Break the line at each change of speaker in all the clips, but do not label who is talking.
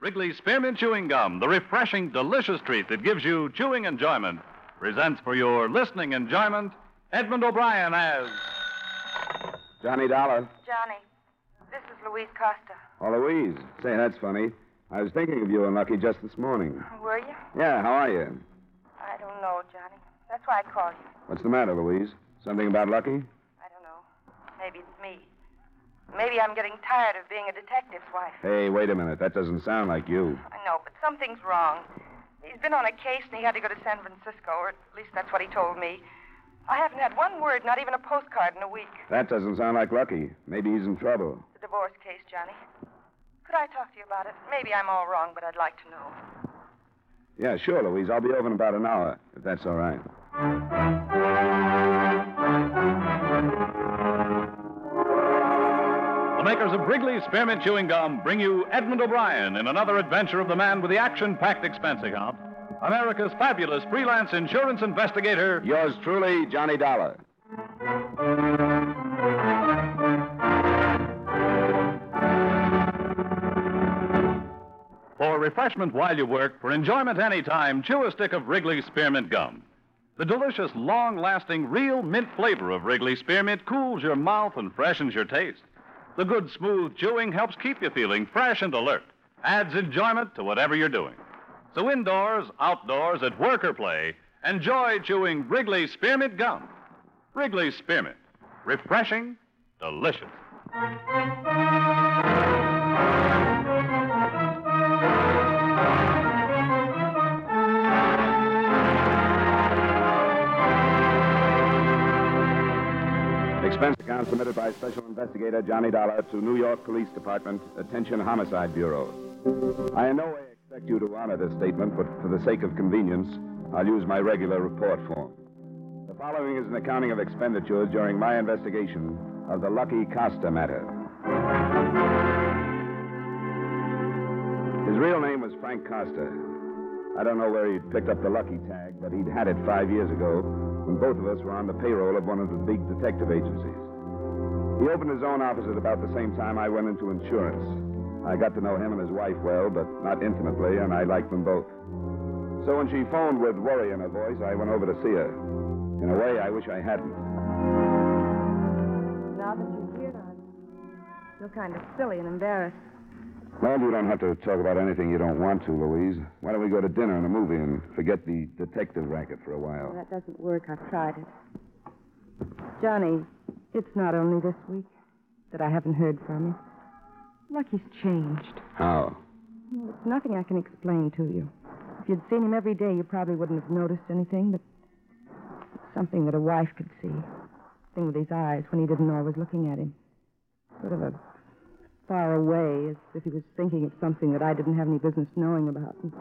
Wrigley's Spearmint Chewing Gum, the refreshing, delicious treat that gives you chewing enjoyment, presents for your listening enjoyment Edmund O'Brien as.
Johnny Dollar.
Johnny, this is Louise Costa.
Oh, Louise. Say, that's funny. I was thinking of you and Lucky just this morning.
Were you?
Yeah, how are you?
I don't know, Johnny. That's why I called you.
What's the matter, Louise? Something about Lucky?
I don't know. Maybe it's me. Maybe I'm getting tired of being a detective's wife.
Hey, wait a minute. That doesn't sound like you.
I know, but something's wrong. He's been on a case and he had to go to San Francisco, or at least that's what he told me. I haven't had one word, not even a postcard in a week.
That doesn't sound like Lucky. Maybe he's in trouble.
The divorce case, Johnny. Could I talk to you about it? Maybe I'm all wrong, but I'd like to know.
Yeah, sure, Louise. I'll be over in about an hour, if that's all right.
The makers of Wrigley's Spearmint Chewing Gum bring you Edmund O'Brien in another adventure of the man with the action packed expense account, America's fabulous freelance insurance investigator.
Yours truly, Johnny Dollar.
For refreshment while you work, for enjoyment any time, chew a stick of Wrigley's Spearmint Gum. The delicious, long lasting, real mint flavor of Wrigley's Spearmint cools your mouth and freshens your taste. The good, smooth chewing helps keep you feeling fresh and alert, adds enjoyment to whatever you're doing. So, indoors, outdoors, at work or play, enjoy chewing Wrigley's Spearmint Gum. Wrigley's Spearmint. Refreshing, delicious.
Expense account submitted by Special Investigator Johnny Dollar to New York Police Department, Attention Homicide Bureau. I in no way expect you to honor this statement, but for the sake of convenience, I'll use my regular report form. The following is an accounting of expenditures during my investigation of the Lucky Costa matter. His real name was Frank Costa. I don't know where he'd picked up the lucky tag, but he'd had it five years ago when both of us were on the payroll of one of the big detective agencies. He opened his own office at about the same time I went into insurance. I got to know him and his wife well, but not intimately, and I liked them both. So when she phoned with worry in her voice, I went over to see her. In a way, I wish I hadn't.
Now that you're here, I feel kind of silly and embarrassed.
Well, you don't have to talk about anything you don't want to, Louise. Why don't we go to dinner and a movie and forget the detective racket for a
Well,
while?
that doesn't work. I've tried it. Johnny, it's not only this week that I haven't heard from you. Lucky's changed.
How?
Well, it's nothing I can explain to you. If you'd seen him every day, you probably wouldn't have noticed anything, but it's something that a wife could see. Thing with his eyes when he didn't know I was looking at him. Sort of a far away, as if he was thinking of something that I didn't have any business knowing about. And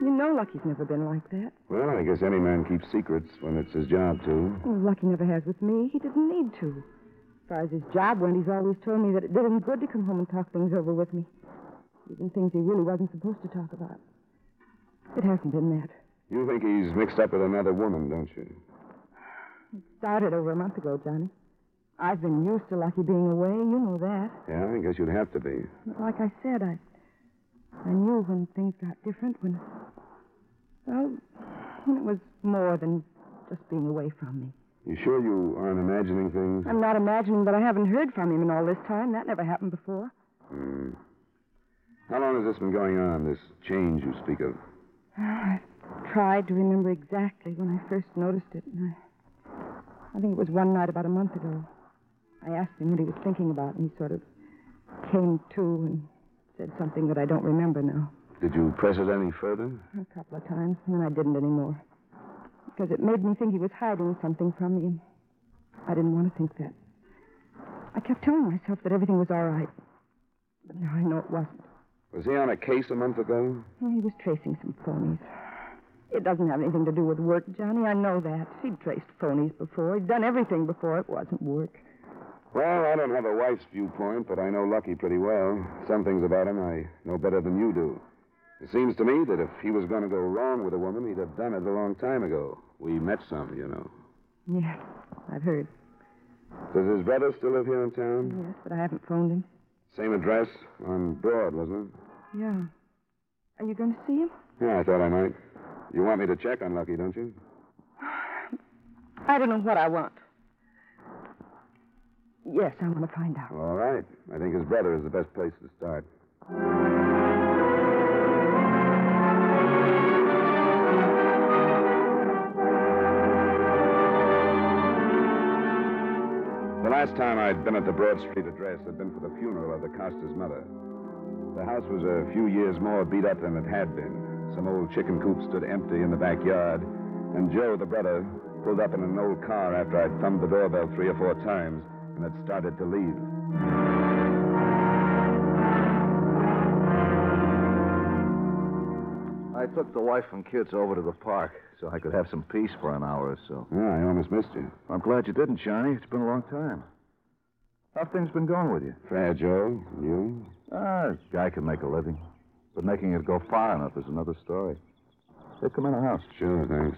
you know Lucky's never been like that.
Well, I guess any man keeps secrets when it's his job to.
Oh, Lucky never has with me. He didn't need to. As far as his job went, he's always told me that it did him good to come home and talk things over with me. Even things he really wasn't supposed to talk about. It hasn't been that.
You think he's mixed up with another woman, don't you?
Started over a month ago, Johnny. I've been used to Lucky being away. You know that.
Yeah, I guess you'd have to be.
But like I said, I, I knew when things got different, when, well, when it was more than just being away from me.
You sure you aren't imagining things?
I'm not imagining that I haven't heard from him in all this time. That never happened before.
Hmm. How long has this been going on, this change you speak of?
Well, I tried to remember exactly when I first noticed it, and I, I think it was one night about a month ago. I asked him what he was thinking about, and he sort of came to and said something that I don't remember now.
Did you press it any further?
A couple of times, and then I didn't anymore. Because it made me think he was hiding something from me, and I didn't want to think that. I kept telling myself that everything was all right. But now I know it wasn't.
Was he on a case a month ago?
Well, he was tracing some phonies. It doesn't have anything to do with work, Johnny. I know that. He'd traced phonies before. He'd done everything before. It wasn't work.
Well, I don't have a wife's viewpoint, but I know Lucky pretty well. Some things about him I know better than you do. It seems to me that if he was going to go wrong with a woman, he'd have done it a long time ago. We met some, you know.
Yes, I've heard.
Does his brother still live here in town?
Yes, but I haven't phoned him.
Same address on Broad, wasn't it?
Yeah. Are you going to see him?
Yeah, I thought I might. You want me to check on Lucky, don't you?
I don't know what I want. Yes, I want to find out.
All right. I think his brother is the best place to start. The last time I'd been at the Broad Street address had been for the funeral of the Costa's mother. The house was a few years more beat up than it had been. Some old chicken coop stood empty in the backyard, and Joe, the brother, pulled up in an old car after I'd thumbed the doorbell three or four times and had started to leave.
I took the wife and kids over to the park so I could have some peace for an hour or so.
Yeah, I almost missed you.
I'm glad you didn't, Johnny. It's been a long time. How things been going with you?
Fair, Joe. You?
Ah, I can make a living. But making it go far enough is another story. Hey, come in the house.
Sure, thanks.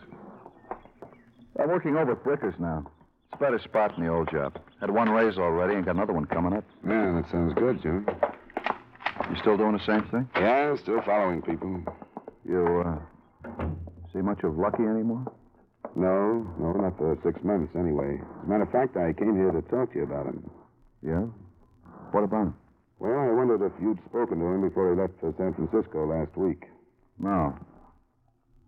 I'm working over at Brickers now. It's a better spot than the old job. Had one raise already and got another one coming up.
Yeah, that sounds good, Joe.
You still doing the same thing?
Yeah, still following people.
You, uh, see much of Lucky anymore?
No, no, not for six months anyway. As a matter of fact, I came here to talk to you about him.
Yeah? What about him?
Well, I wondered if you'd spoken to him before he left for San Francisco last week.
No.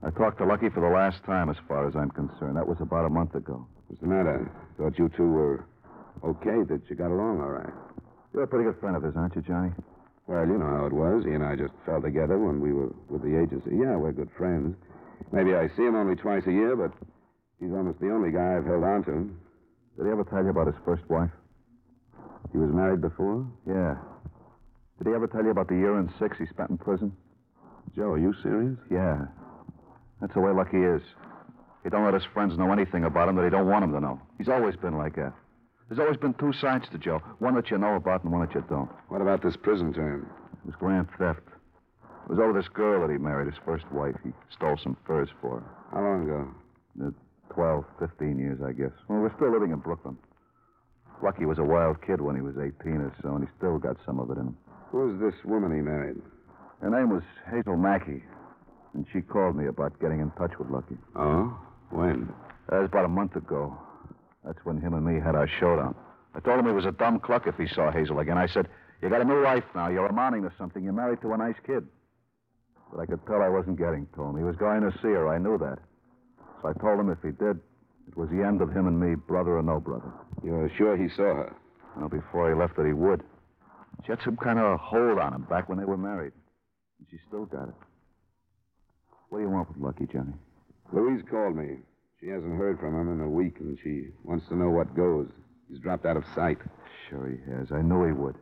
I talked to Lucky for the last time, as far as I'm concerned. That was about a month ago.
What's the matter? Thought you two were okay, that you got along all right.
You're a pretty good friend of his, aren't you, Johnny?
Well, you know how it was. He and I just fell together when we were with the agency. Yeah, we're good friends. Maybe I see him only twice a year, but he's almost the only guy I've held on to.
Did he ever tell you about his first wife?
He was married before?
Yeah. Did he ever tell you about the year and six he spent in prison?
Joe, are you serious?
Yeah. That's the way Lucky is. He don't let his friends know anything about him that he don't want 'em to know. He's always been like that. There's always been two sides to Joe. One that you know about and one that you don't.
What about this prison term?
It was grand theft. It was over this girl that he married, his first wife. He stole some furs for her.
How long ago?
Uh, 12, 15 years, I guess. Well, we're still living in Brooklyn. Lucky was a wild kid when he was 18 or so, and he still got some of it in him.
Who was this woman he married?
Her name was Hazel Mackey, and she called me about getting in touch with Lucky.
Oh? When?
That was about a month ago. That's when him and me had our showdown. I told him he was a dumb cluck if he saw Hazel again. I said, You got a new life now. You're amounting to something. You're married to a nice kid. But I could tell I wasn't getting to him. He was going to see her. I knew that. So I told him if he did, it was the end of him and me, brother or no brother.
You're sure he saw her?
Well, before he left it, he would. She had some kind of hold on him back when they were married. And she still got it. What do you want with Lucky, Johnny?
Louise called me. She hasn't heard from him in a week, and she wants to know what goes. He's dropped out of sight.
Sure he has. I knew he would.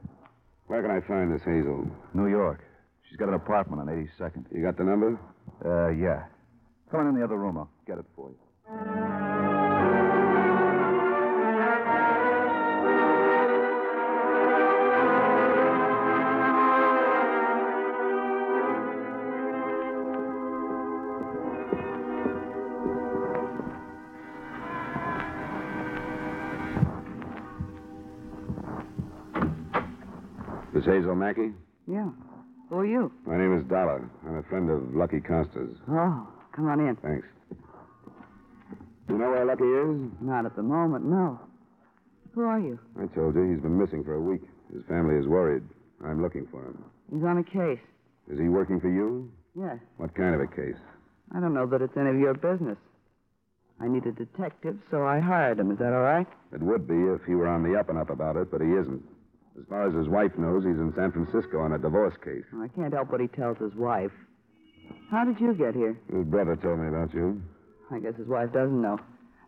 Where can I find this Hazel?
New York. She's got an apartment on 82nd.
You got the number?
Uh, yeah. Come on in the other room. I'll get it for you.
This Hazel Mackey?
Yeah. Who are you?
My name is Dollar. I'm a friend of Lucky Costa's.
Oh, come on in.
Thanks. You know where Lucky is?
Not at the moment, no. Who are you?
I told you he's been missing for a week. His family is worried. I'm looking for him.
He's on a case.
Is he working for you?
Yes.
What kind of a case?
I don't know that it's any of your business. I need a detective, so I hired him. Is that all right?
It would be if he were on the up and up about it, but he isn't. As far as his wife knows, he's in San Francisco on a divorce case.
Well, I can't help what he tells his wife. How did you get here?
His brother told me about you.
I guess his wife doesn't know.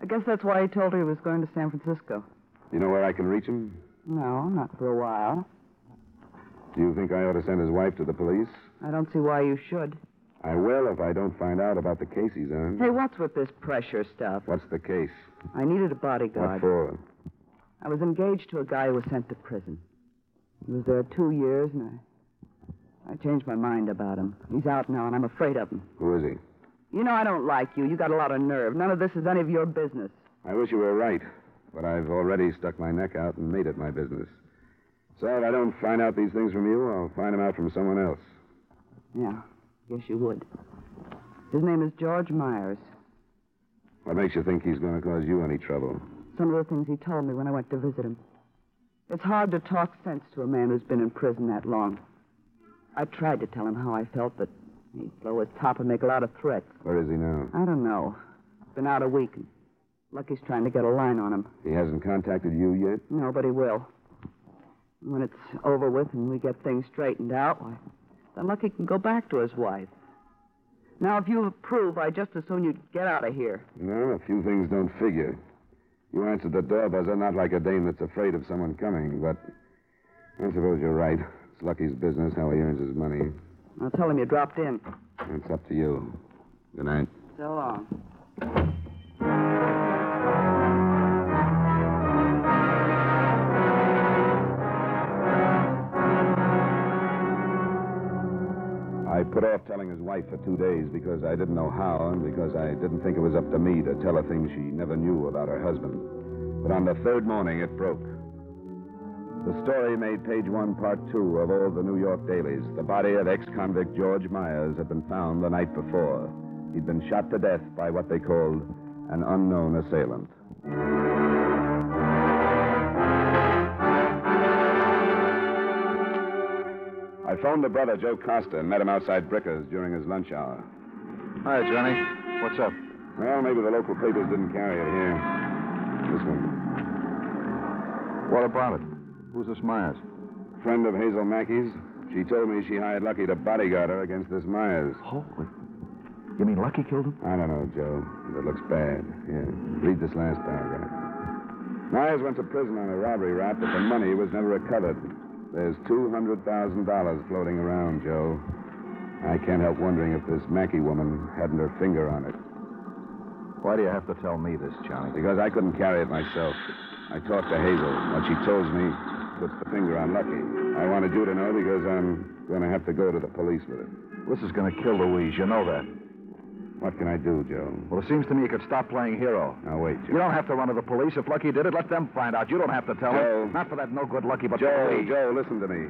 I guess that's why he told her he was going to San Francisco.
You know where I can reach him?
No, not for a while.
Do you think I ought to send his wife to the police?
I don't see why you should.
I will if I don't find out about the case he's on.
Hey, what's with this pressure stuff?
What's the case?
I needed a
What
bodyguard.
for?
I was engaged to a guy who was sent to prison. He was there two years, and I, I changed my mind about him. He's out now, and I'm afraid of him.
Who is he?
You know I don't like you. You got a lot of nerve. None of this is any of your business.
I wish you were right, but I've already stuck my neck out and made it my business. So if I don't find out these things from you, I'll find them out from someone else.
Yeah, guess you would. His name is George Myers.
What makes you think he's going to cause you any trouble?
Some of the things he told me when I went to visit him. It's hard to talk sense to a man who's been in prison that long. I tried to tell him how I felt, but he'd blow his top and make a lot of threats.
Where is he now?
I don't know. Been out a week. and Lucky's trying to get a line on him.
He hasn't contacted you yet?
No, but he will. When it's over with and we get things straightened out, why, then Lucky can go back to his wife. Now, if you approve, I just as soon you'd get out of here.
No, a few things don't figure. You answered the door buzzer not like a dame that's afraid of someone coming, but I suppose you're right. It's Lucky's business how he earns his money.
I'll tell him you dropped in.
It's up to you. Good night.
So long.
I put off telling his wife for two days because I didn't know how and because I didn't think it was up to me to tell her things she never knew about her husband. But on the third morning, it broke. The story made page one, part two of all the New York dailies. The body of ex convict George Myers had been found the night before. He'd been shot to death by what they called an unknown assailant. I phoned the brother, Joe Costa, and met him outside Bricker's during his lunch hour.
Hi, Johnny. What's up?
Well, maybe the local papers didn't carry it here. This one.
What about it? Who's this Myers?
Friend of Hazel Mackey's. She told me she hired Lucky to bodyguard her against this Myers.
Holy. You mean Lucky killed him?
I don't know, Joe. It looks bad. Here, read this last paragraph. Myers went to prison on a robbery rap, but the money was never recovered. There's $200,000 floating around, Joe. I can't help wondering if this Mackey woman hadn't her finger on it.
Why do you have to tell me this, Johnny?
Because I couldn't carry it myself. I talked to Hazel. What she tells me puts the finger on Lucky. I wanted you to know because I'm going to have to go to the police with it.
This is going to kill Louise. You know that.
What can I do, Joe?
Well, it seems to me you could stop playing hero.
Now, wait,
You
Joe.
don't have to run to the police. If Lucky did it, let them find out. You don't have to tell
Joe.
them. Not for that no good Lucky, but for
Joe,
Louise.
Joe, listen to me.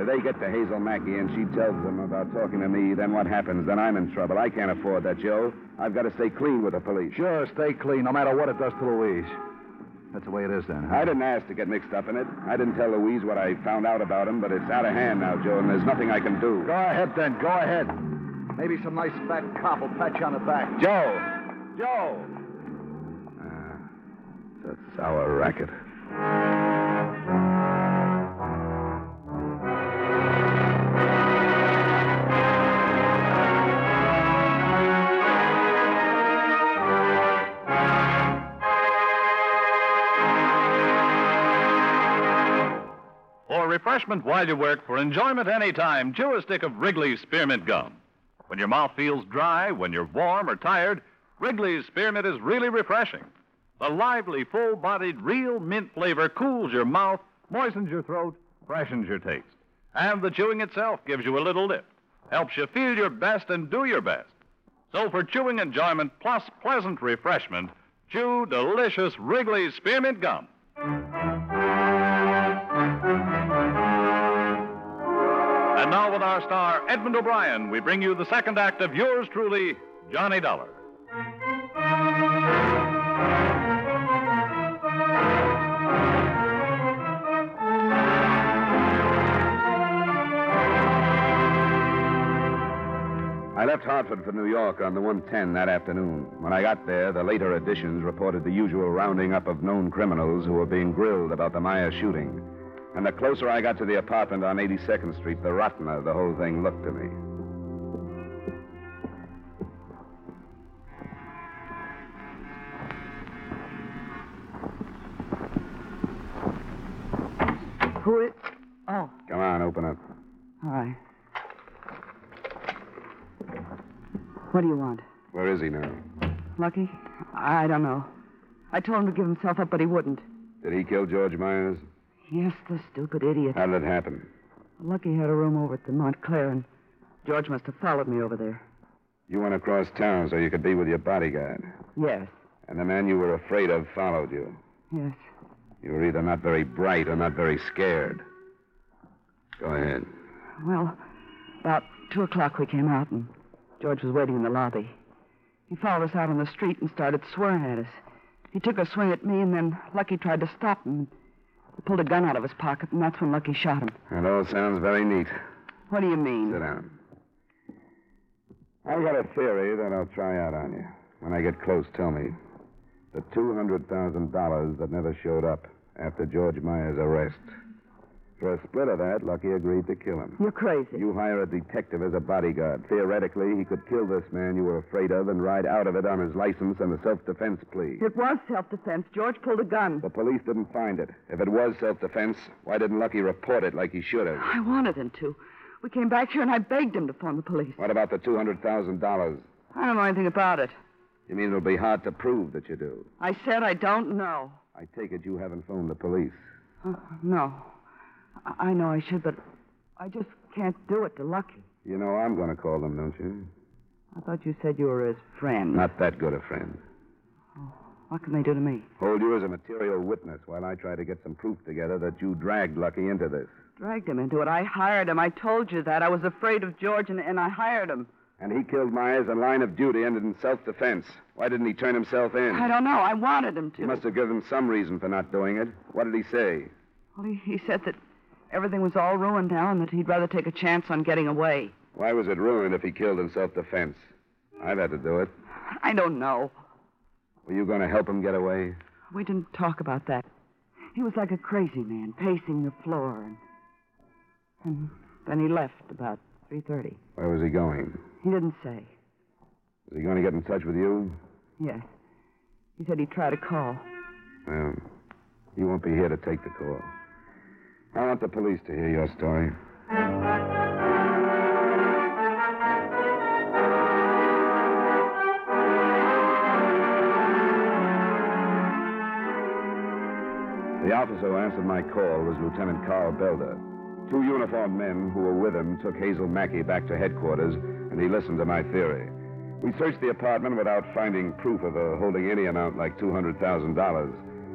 If they get to Hazel Mackey and she tells them about talking to me, then what happens? Then I'm in trouble. I can't afford that, Joe. I've got to stay clean with the police.
Sure, stay clean, no matter what it does to Louise. That's the way it is then, huh?
I didn't ask to get mixed up in it. I didn't tell Louise what I found out about him, but it's out of hand now, Joe, and there's nothing I can do.
Go ahead then, go ahead. Maybe some nice fat cop will pat you on the back.
Joe! Joe! It's a sour racket.
For refreshment while you work, for enjoyment anytime, chew a stick of Wrigley's Spearmint Gum. When your mouth feels dry, when you're warm or tired, Wrigley's Spearmint is really refreshing. The lively, full bodied, real mint flavor cools your mouth, moistens your throat, freshens your taste. And the chewing itself gives you a little lift, helps you feel your best and do your best. So for chewing enjoyment plus pleasant refreshment, chew delicious Wrigley's Spearmint Gum. And now, with our star, Edmund O'Brien, we bring you the second act of yours truly, Johnny Dollar.
I left Hartford for New York on the 110 that afternoon. When I got there, the later editions reported the usual rounding up of known criminals who were being grilled about the Meyer shooting. And the closer I got to the apartment on 82nd Street, the rottener the whole thing looked to me.
Who is. Oh,
Come on, open up.
all right. What do you want?
Where is he now?
Lucky? I don't know. I told him to give himself up, but he wouldn't.
Did he kill George Myers?
Yes, the stupid idiot.
How did it happen?
Lucky had a room over at the Montclair, and George must have followed me over there.
You went across town so you could be with your bodyguard.
Yes,
And the man you were afraid of followed you.
yes.
You were either not very bright or not very scared. Go ahead.
Well, about two o'clock we came out, and George was waiting in the lobby. He followed us out on the street and started swearing at us. He took a swing at me, and then Lucky tried to stop him. He pulled a gun out of his pocket, and that's when Lucky shot him.
That all sounds very neat.
What do you mean?
Sit down. I've got a theory that I'll try out on you. When I get close, tell me. The $200,000 that never showed up after George Meyer's arrest. For a split of that, Lucky agreed to kill him.
You're crazy.
You hire a detective as a bodyguard. Theoretically, he could kill this man you were afraid of and ride out of it on his license and a self defense plea.
It was self defense. George pulled a gun.
The police didn't find it. If it was self defense, why didn't Lucky report it like he should have?
I wanted him to. We came back here, and I begged him to phone the police.
What about the $200,000?
I don't know anything about it.
You mean it'll be hard to prove that you do?
I said I don't know.
I take it you haven't phoned the police.
Uh, no. I- I know I should, but I just can't do it to Lucky.
You know I'm going to call them, don't you?
I thought you said you were his friend. Oh,
Not that good a friend.
What can they do to me?
Hold you as a material witness while I try to get some proof together that you dragged Lucky into this.
Dragged him into it. I hired him. I told you that. I was afraid of George, and, and I hired him.
And he killed Myers in line of duty ended in self defense. Why didn't he turn himself in?
I don't know. I wanted him to.
He must have given some reason for not doing it. What did he say?
Well, he, he said that everything was all ruined now and that he'd rather take a chance on getting away.
Why was it ruined if he killed in self defense? I've had to do it.
I don't know.
Were you going to help him get away?
We didn't talk about that. He was like a crazy man, pacing the floor, and, and then he left about three thirty.
Where was he going?
He didn't say.
Was he going to get in touch with you?
Yeah, he said he'd try to call.
Well, you won't be here to take the call. I want the police to hear your story. The officer who answered my call was Lieutenant Carl Belder. Two uniformed men who were with him took Hazel Mackey back to headquarters, and he listened to my theory. We searched the apartment without finding proof of her holding any amount like $200,000.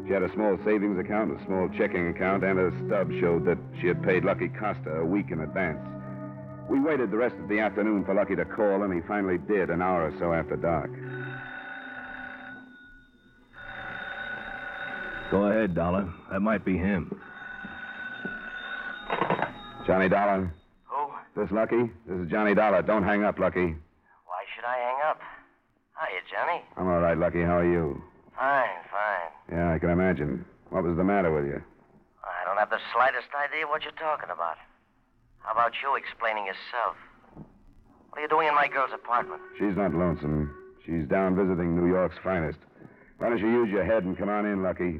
She had a small savings account, a small checking account, and a stub showed that she had paid Lucky Costa a week in advance. We waited the rest of the afternoon for Lucky to call, and he finally did an hour or so after dark.
Go ahead, Dollar. That might be him.
Johnny Dollar,
Who?
this Lucky? This is Johnny Dollar. Don't hang up, Lucky.
Why should I hang up? Hiya, Johnny.
I'm all right, Lucky. How are you?
Fine, fine.
Yeah, I can imagine. What was the matter with you?
I don't have the slightest idea what you're talking about. How about you explaining yourself? What are you doing in my girl's apartment?
She's not lonesome. She's down visiting New York's finest. Why don't you use your head and come on in, Lucky?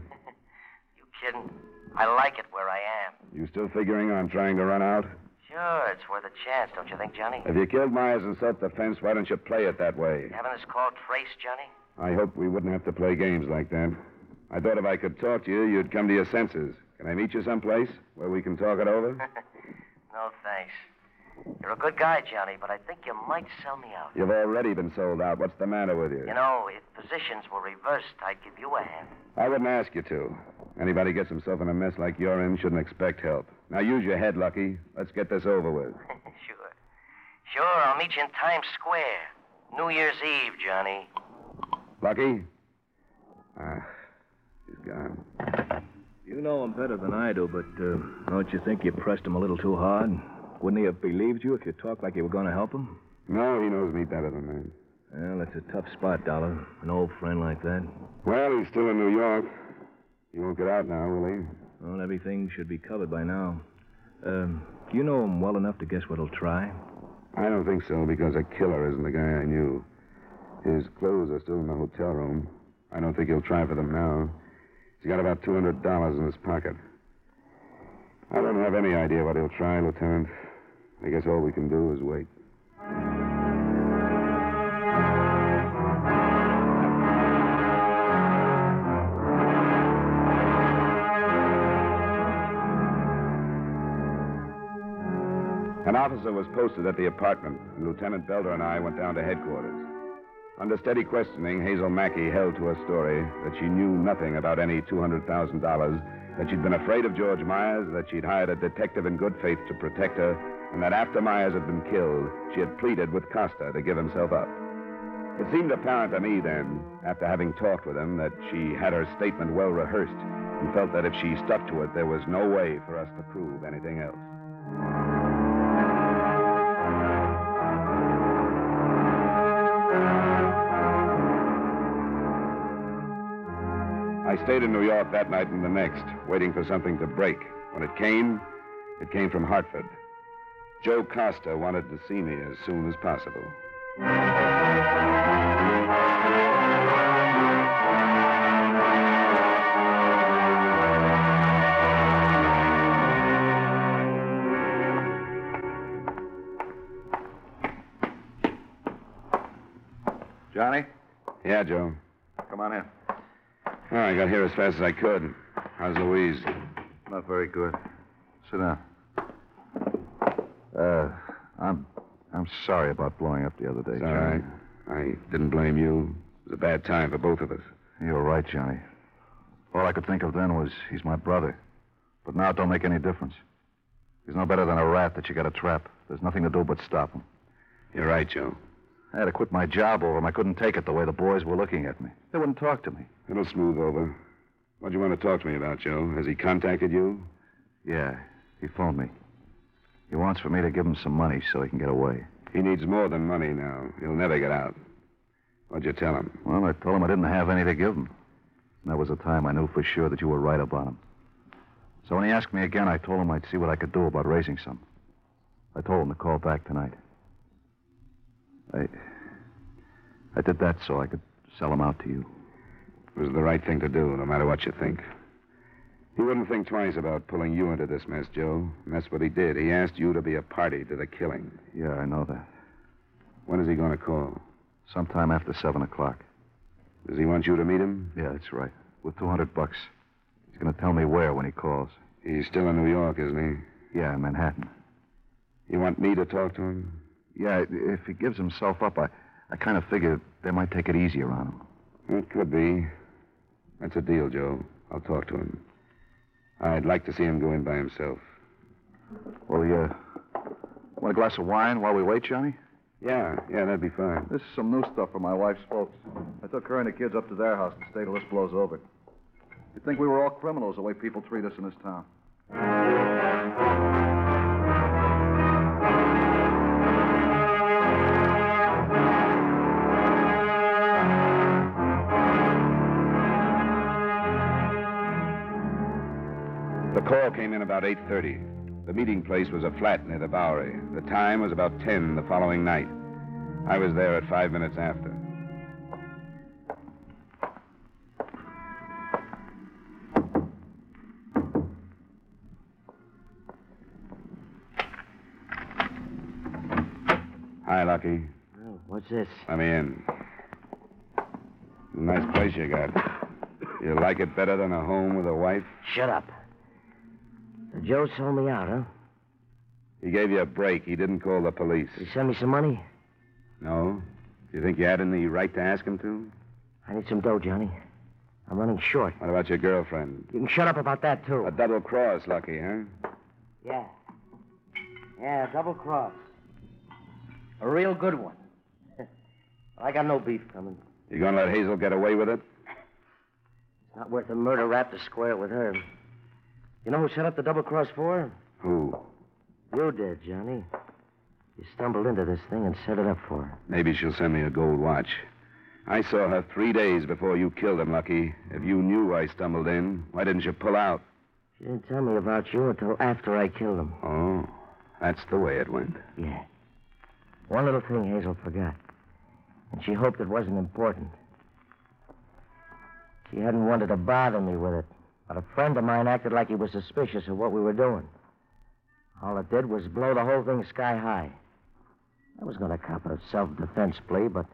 You kidding? I like it where I am.
You still figuring on trying to run out?
Sure, it's worth a chance, don't you think, Johnny?
If you killed Myers in self defense, why don't you play it that way?
You having this call traced, Johnny?
I hope we wouldn't have to play games like that. I thought if I could talk to you, you'd come to your senses. Can I meet you someplace where we can talk it over?
No, thanks. You're a good guy, Johnny, but I think you might sell me out.
You've already been sold out. What's the matter with you?
You know, if positions were reversed, I'd give you a hand.
I wouldn't ask you to. Anybody gets himself in a mess like you're in shouldn't expect help. Now use your head, Lucky. Let's get this over with.
sure. Sure, I'll meet you in Times Square. New Year's Eve, Johnny.
Lucky? Ah, he's gone.
You know him better than I do, but uh, don't you think you pressed him a little too hard? Wouldn't he have believed you if you talked like you were going to help him?
No, he knows me better than that.
Well, it's a tough spot, Dollar. An old friend like that.
Well, he's still in New York. He won't get out now, will he?
Well, everything should be covered by now. Um, do you know him well enough to guess what he'll try?
I don't think so, because a killer isn't the guy I knew. His clothes are still in the hotel room. I don't think he'll try for them now. He's got about $200 in his pocket. I don't have any idea what he'll try, Lieutenant. I guess all we can do is wait. An officer was posted at the apartment, and Lieutenant Belder and I went down to headquarters. Under steady questioning, Hazel Mackey held to her story that she knew nothing about any $200,000, that she'd been afraid of George Myers, that she'd hired a detective in good faith to protect her, and that after Myers had been killed, she had pleaded with Costa to give himself up. It seemed apparent to me then, after having talked with him, that she had her statement well rehearsed and felt that if she stuck to it, there was no way for us to prove anything else. I stayed in New York that night and the next, waiting for something to break. When it came, it came from Hartford. Joe Costa wanted to see me as soon as possible.
Johnny,
Yeah, Joe.
come on in.
Well, I got here as fast as I could. How's Louise?
Not very good. Sit down. Uh, I'm I'm sorry about blowing up the other day,
It's all
Johnny.
right. I didn't blame you. It was a bad time for both of us.
You're right, Johnny. All I could think of then was he's my brother. But now it don't make any difference. He's no better than a rat that you got to trap. There's nothing to do but stop him.
You're right, Joe.
I had to quit my job over him. I couldn't take it the way the boys were looking at me. They wouldn't talk to me.
It'll smooth over. What do you want to talk to me about, Joe? Has he contacted you?
Yeah, he phoned me. He wants for me to give him some money so he can get away.
He needs more than money now. He'll never get out. What'd you tell him?
Well, I told him I didn't have any to give him. And that was the time I knew for sure that you were right about him. So when he asked me again, I told him I'd see what I could do about raising some. I told him to call back tonight. I. I did that so I could sell him out to you.
It was the right thing to do, no matter what you think. He wouldn't think twice about pulling you into this mess, Joe. And that's what he did. He asked you to be a party to the killing.
Yeah, I know that.
When is he going to call?
Sometime after 7 o'clock.
Does he want you to meet him?
Yeah, that's right. With 200 bucks. He's going to tell me where when he calls.
He's still in New York, isn't
Yeah, in Manhattan.
he? You want me to talk to him?
Yeah, if he gives himself up, I, I kind of figure they might take it easier on him.
It could be. That's a deal, Joe. I'll talk to him. I'd like to see him go in by himself.
Well, yeah. Want a glass of wine while we wait, Johnny?
Yeah, yeah, that'd be fine.
This is some new stuff for my wife's folks. I took her and the kids up to their house to stay till this blows over. You'd think we were all criminals the way people treat us in this town.
The call came in about 8.30. The meeting place was a flat near the Bowery. The time was about 10 the following night. I was there at five minutes after. Hi, Lucky.
What's this?
Let me in. Nice place you got. You like it better than a home with a wife?
Shut up. So Joe sold me out, huh?
He gave you a break. He didn't call the police.
He sent me some money.
No? Do you think you had any right to ask him to?
I need some dough, Johnny. I'm running short.
What about your girlfriend?
You can shut up about that, too.
A double cross, Lucky, huh?
Yeah. Yeah, double cross. A real good one. I got no beef coming.
You gonna let Hazel get away with it?
It's not worth a murder rap to square with her. You know who set up the double cross for her?
Who?
You did, Johnny. You stumbled into this thing and set it up for her.
Maybe she'll send me a gold watch. I saw her three days before you killed him, Lucky. If you knew I stumbled in, why didn't you pull out?
She didn't tell me about you until after I killed him.
Oh, that's the way it went.
Yeah. One little thing Hazel forgot. And she hoped it wasn't important. She hadn't wanted to bother me with it. But a friend of mine acted like he was suspicious of what we were doing. All it did was blow the whole thing sky high. I was going to cop a self defense plea, but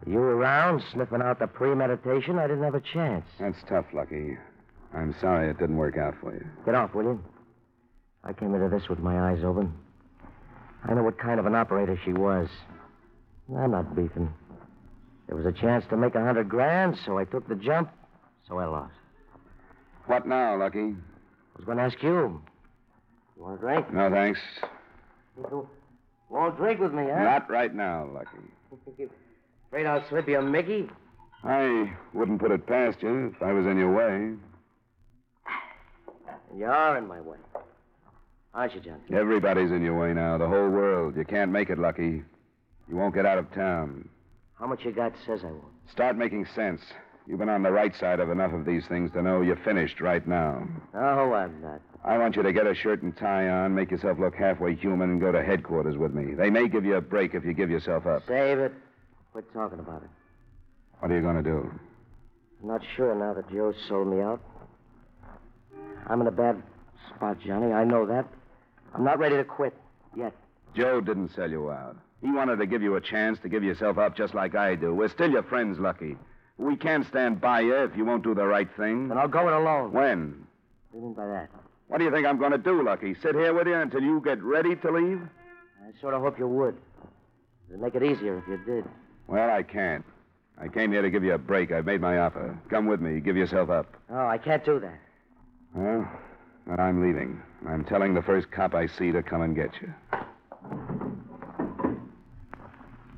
with you around sniffing out the premeditation, I didn't have a chance.
That's tough, Lucky. I'm sorry it didn't work out for you.
Get off, will you? I came into this with my eyes open. I know what kind of an operator she was. I'm not beefing. There was a chance to make a hundred grand, so I took the jump, so I lost.
What now, Lucky?
I was going to ask you. You want a drink?
No, thanks.
You won't drink with me, huh?
Not right now, Lucky.
Afraid I'll slip you a Mickey?
I wouldn't put it past you if I was in your way.
You are in my way. Aren't you, Johnson?
Everybody's in your way now, the whole world. You can't make it, Lucky. You won't get out of town.
How much you got says I won't.
Start making sense. You've been on the right side of enough of these things to know you're finished right now.
No, I'm not.
I want you to get a shirt and tie on, make yourself look halfway human, and go to headquarters with me. They may give you a break if you give yourself up.
Save it. Quit talking about it.
What are you going to do?
I'm not sure now that Joe sold me out. I'm in a bad spot, Johnny. I know that. I'm not ready to quit yet.
Joe didn't sell you out. He wanted to give you a chance to give yourself up just like I do. We're still your friends, Lucky. We can't stand by you if you won't do the right thing.
Then I'll go it alone.
When?
What do you mean by that?
What do you think I'm going to do, Lucky? Sit here with you until you get ready to leave?
I sort of hope you would. It'd make it easier if you did.
Well, I can't. I came here to give you a break. I've made my offer. Come with me. Give yourself up.
No, Oh, I can't do that.
Well, then I'm leaving. I'm telling the first cop I see to come and get you.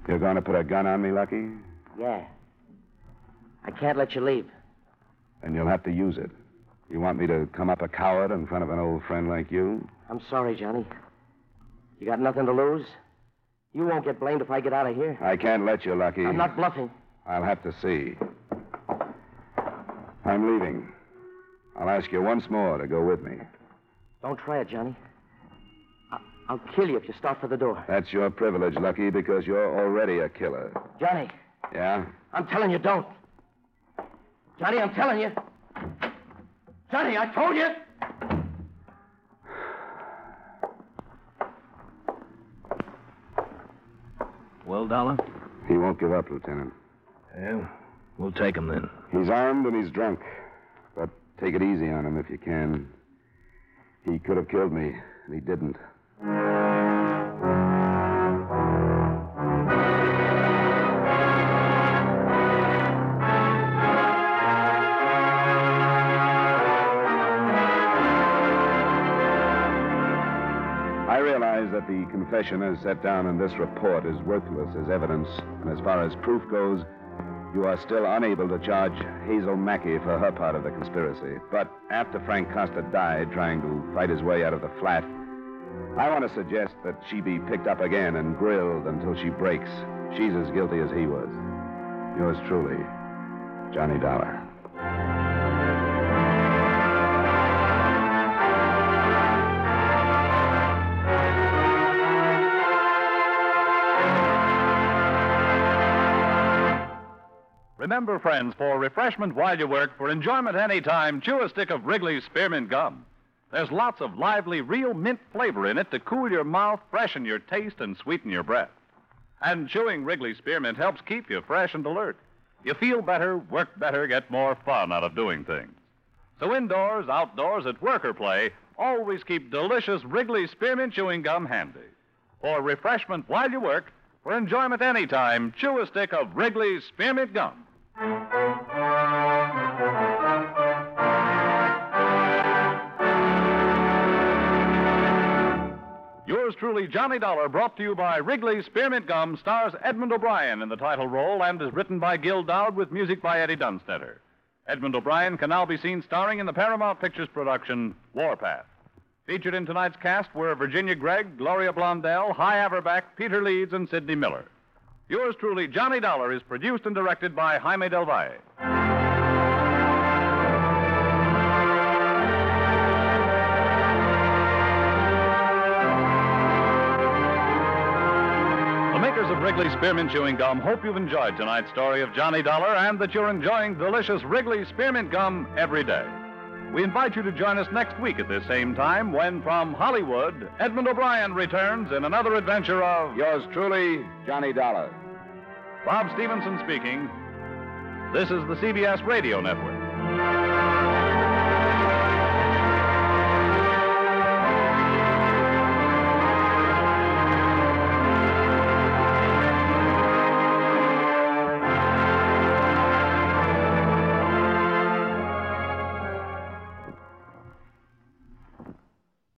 You're going to put a gun on me, Lucky?
Yeah. I can't let you leave.
Then you'll have to use it. You want me to come up a coward in front of an old friend like you?
I'm sorry, Johnny. You got nothing to lose? You won't get blamed if I get out of here.
I can't let you, Lucky.
I'm not bluffing.
I'll have to see. I'm leaving. I'll ask you once more to go with me.
Don't try it, Johnny. I- I'll kill you if you start for the door.
That's your privilege, Lucky, because you're already a killer.
Johnny,
Yeah?
I'm telling you, don't. Johnny, I'm telling you. Johnny, I told you.
Well, Dollar?
He won't give up, Lieutenant.
Yeah. We'll take him then.
He's armed and he's drunk. But take it easy on him if you can. He could have killed me, and he didn't. I realize that the confession as set down in this report is worthless as evidence, and as far as proof goes, you are still unable to charge Hazel Mackey for her part of the conspiracy. But after Frank Costa died trying to fight his way out of the flat, I want to suggest that she be picked up again and grilled until she breaks. She's as guilty as he was. Yours truly, Johnny Dollar.
Remember, friends, for refreshment while you work, for enjoyment any time, chew a stick of Wrigley's Spearmint Gum. There's lots of lively, real mint flavor in it to cool your mouth, freshen your taste, and sweeten your breath. And chewing Wrigley's Spearmint helps keep you fresh and alert. You feel better, work better, get more fun out of doing things. So indoors, outdoors, at work or play, always keep delicious Wrigley's Spearmint Chewing Gum handy. For refreshment while you work, for enjoyment any time, chew a stick of Wrigley's Spearmint Gum. Yours truly, Johnny Dollar, brought to you by Wrigley's Spearmint Gum, stars Edmund O'Brien in the title role and is written by Gil Dowd with music by Eddie Dunstetter. Edmund O'Brien can now be seen starring in the Paramount Pictures production Warpath. Featured in tonight's cast were Virginia Gregg, Gloria Blondell, High Averback, Peter Leeds, and Sidney Miller. Yours truly, Johnny Dollar, is produced and directed by Jaime Del Valle. The makers of Wrigley's Spearmint Chewing Gum hope you've enjoyed tonight's story of Johnny Dollar and that you're enjoying delicious Wrigley's Spearmint Gum every day. We invite you to join us next week at this same time when, from Hollywood, Edmund O'Brien returns in another adventure of
Yours truly, Johnny Dollar.
Bob Stevenson speaking. This is the CBS Radio Network.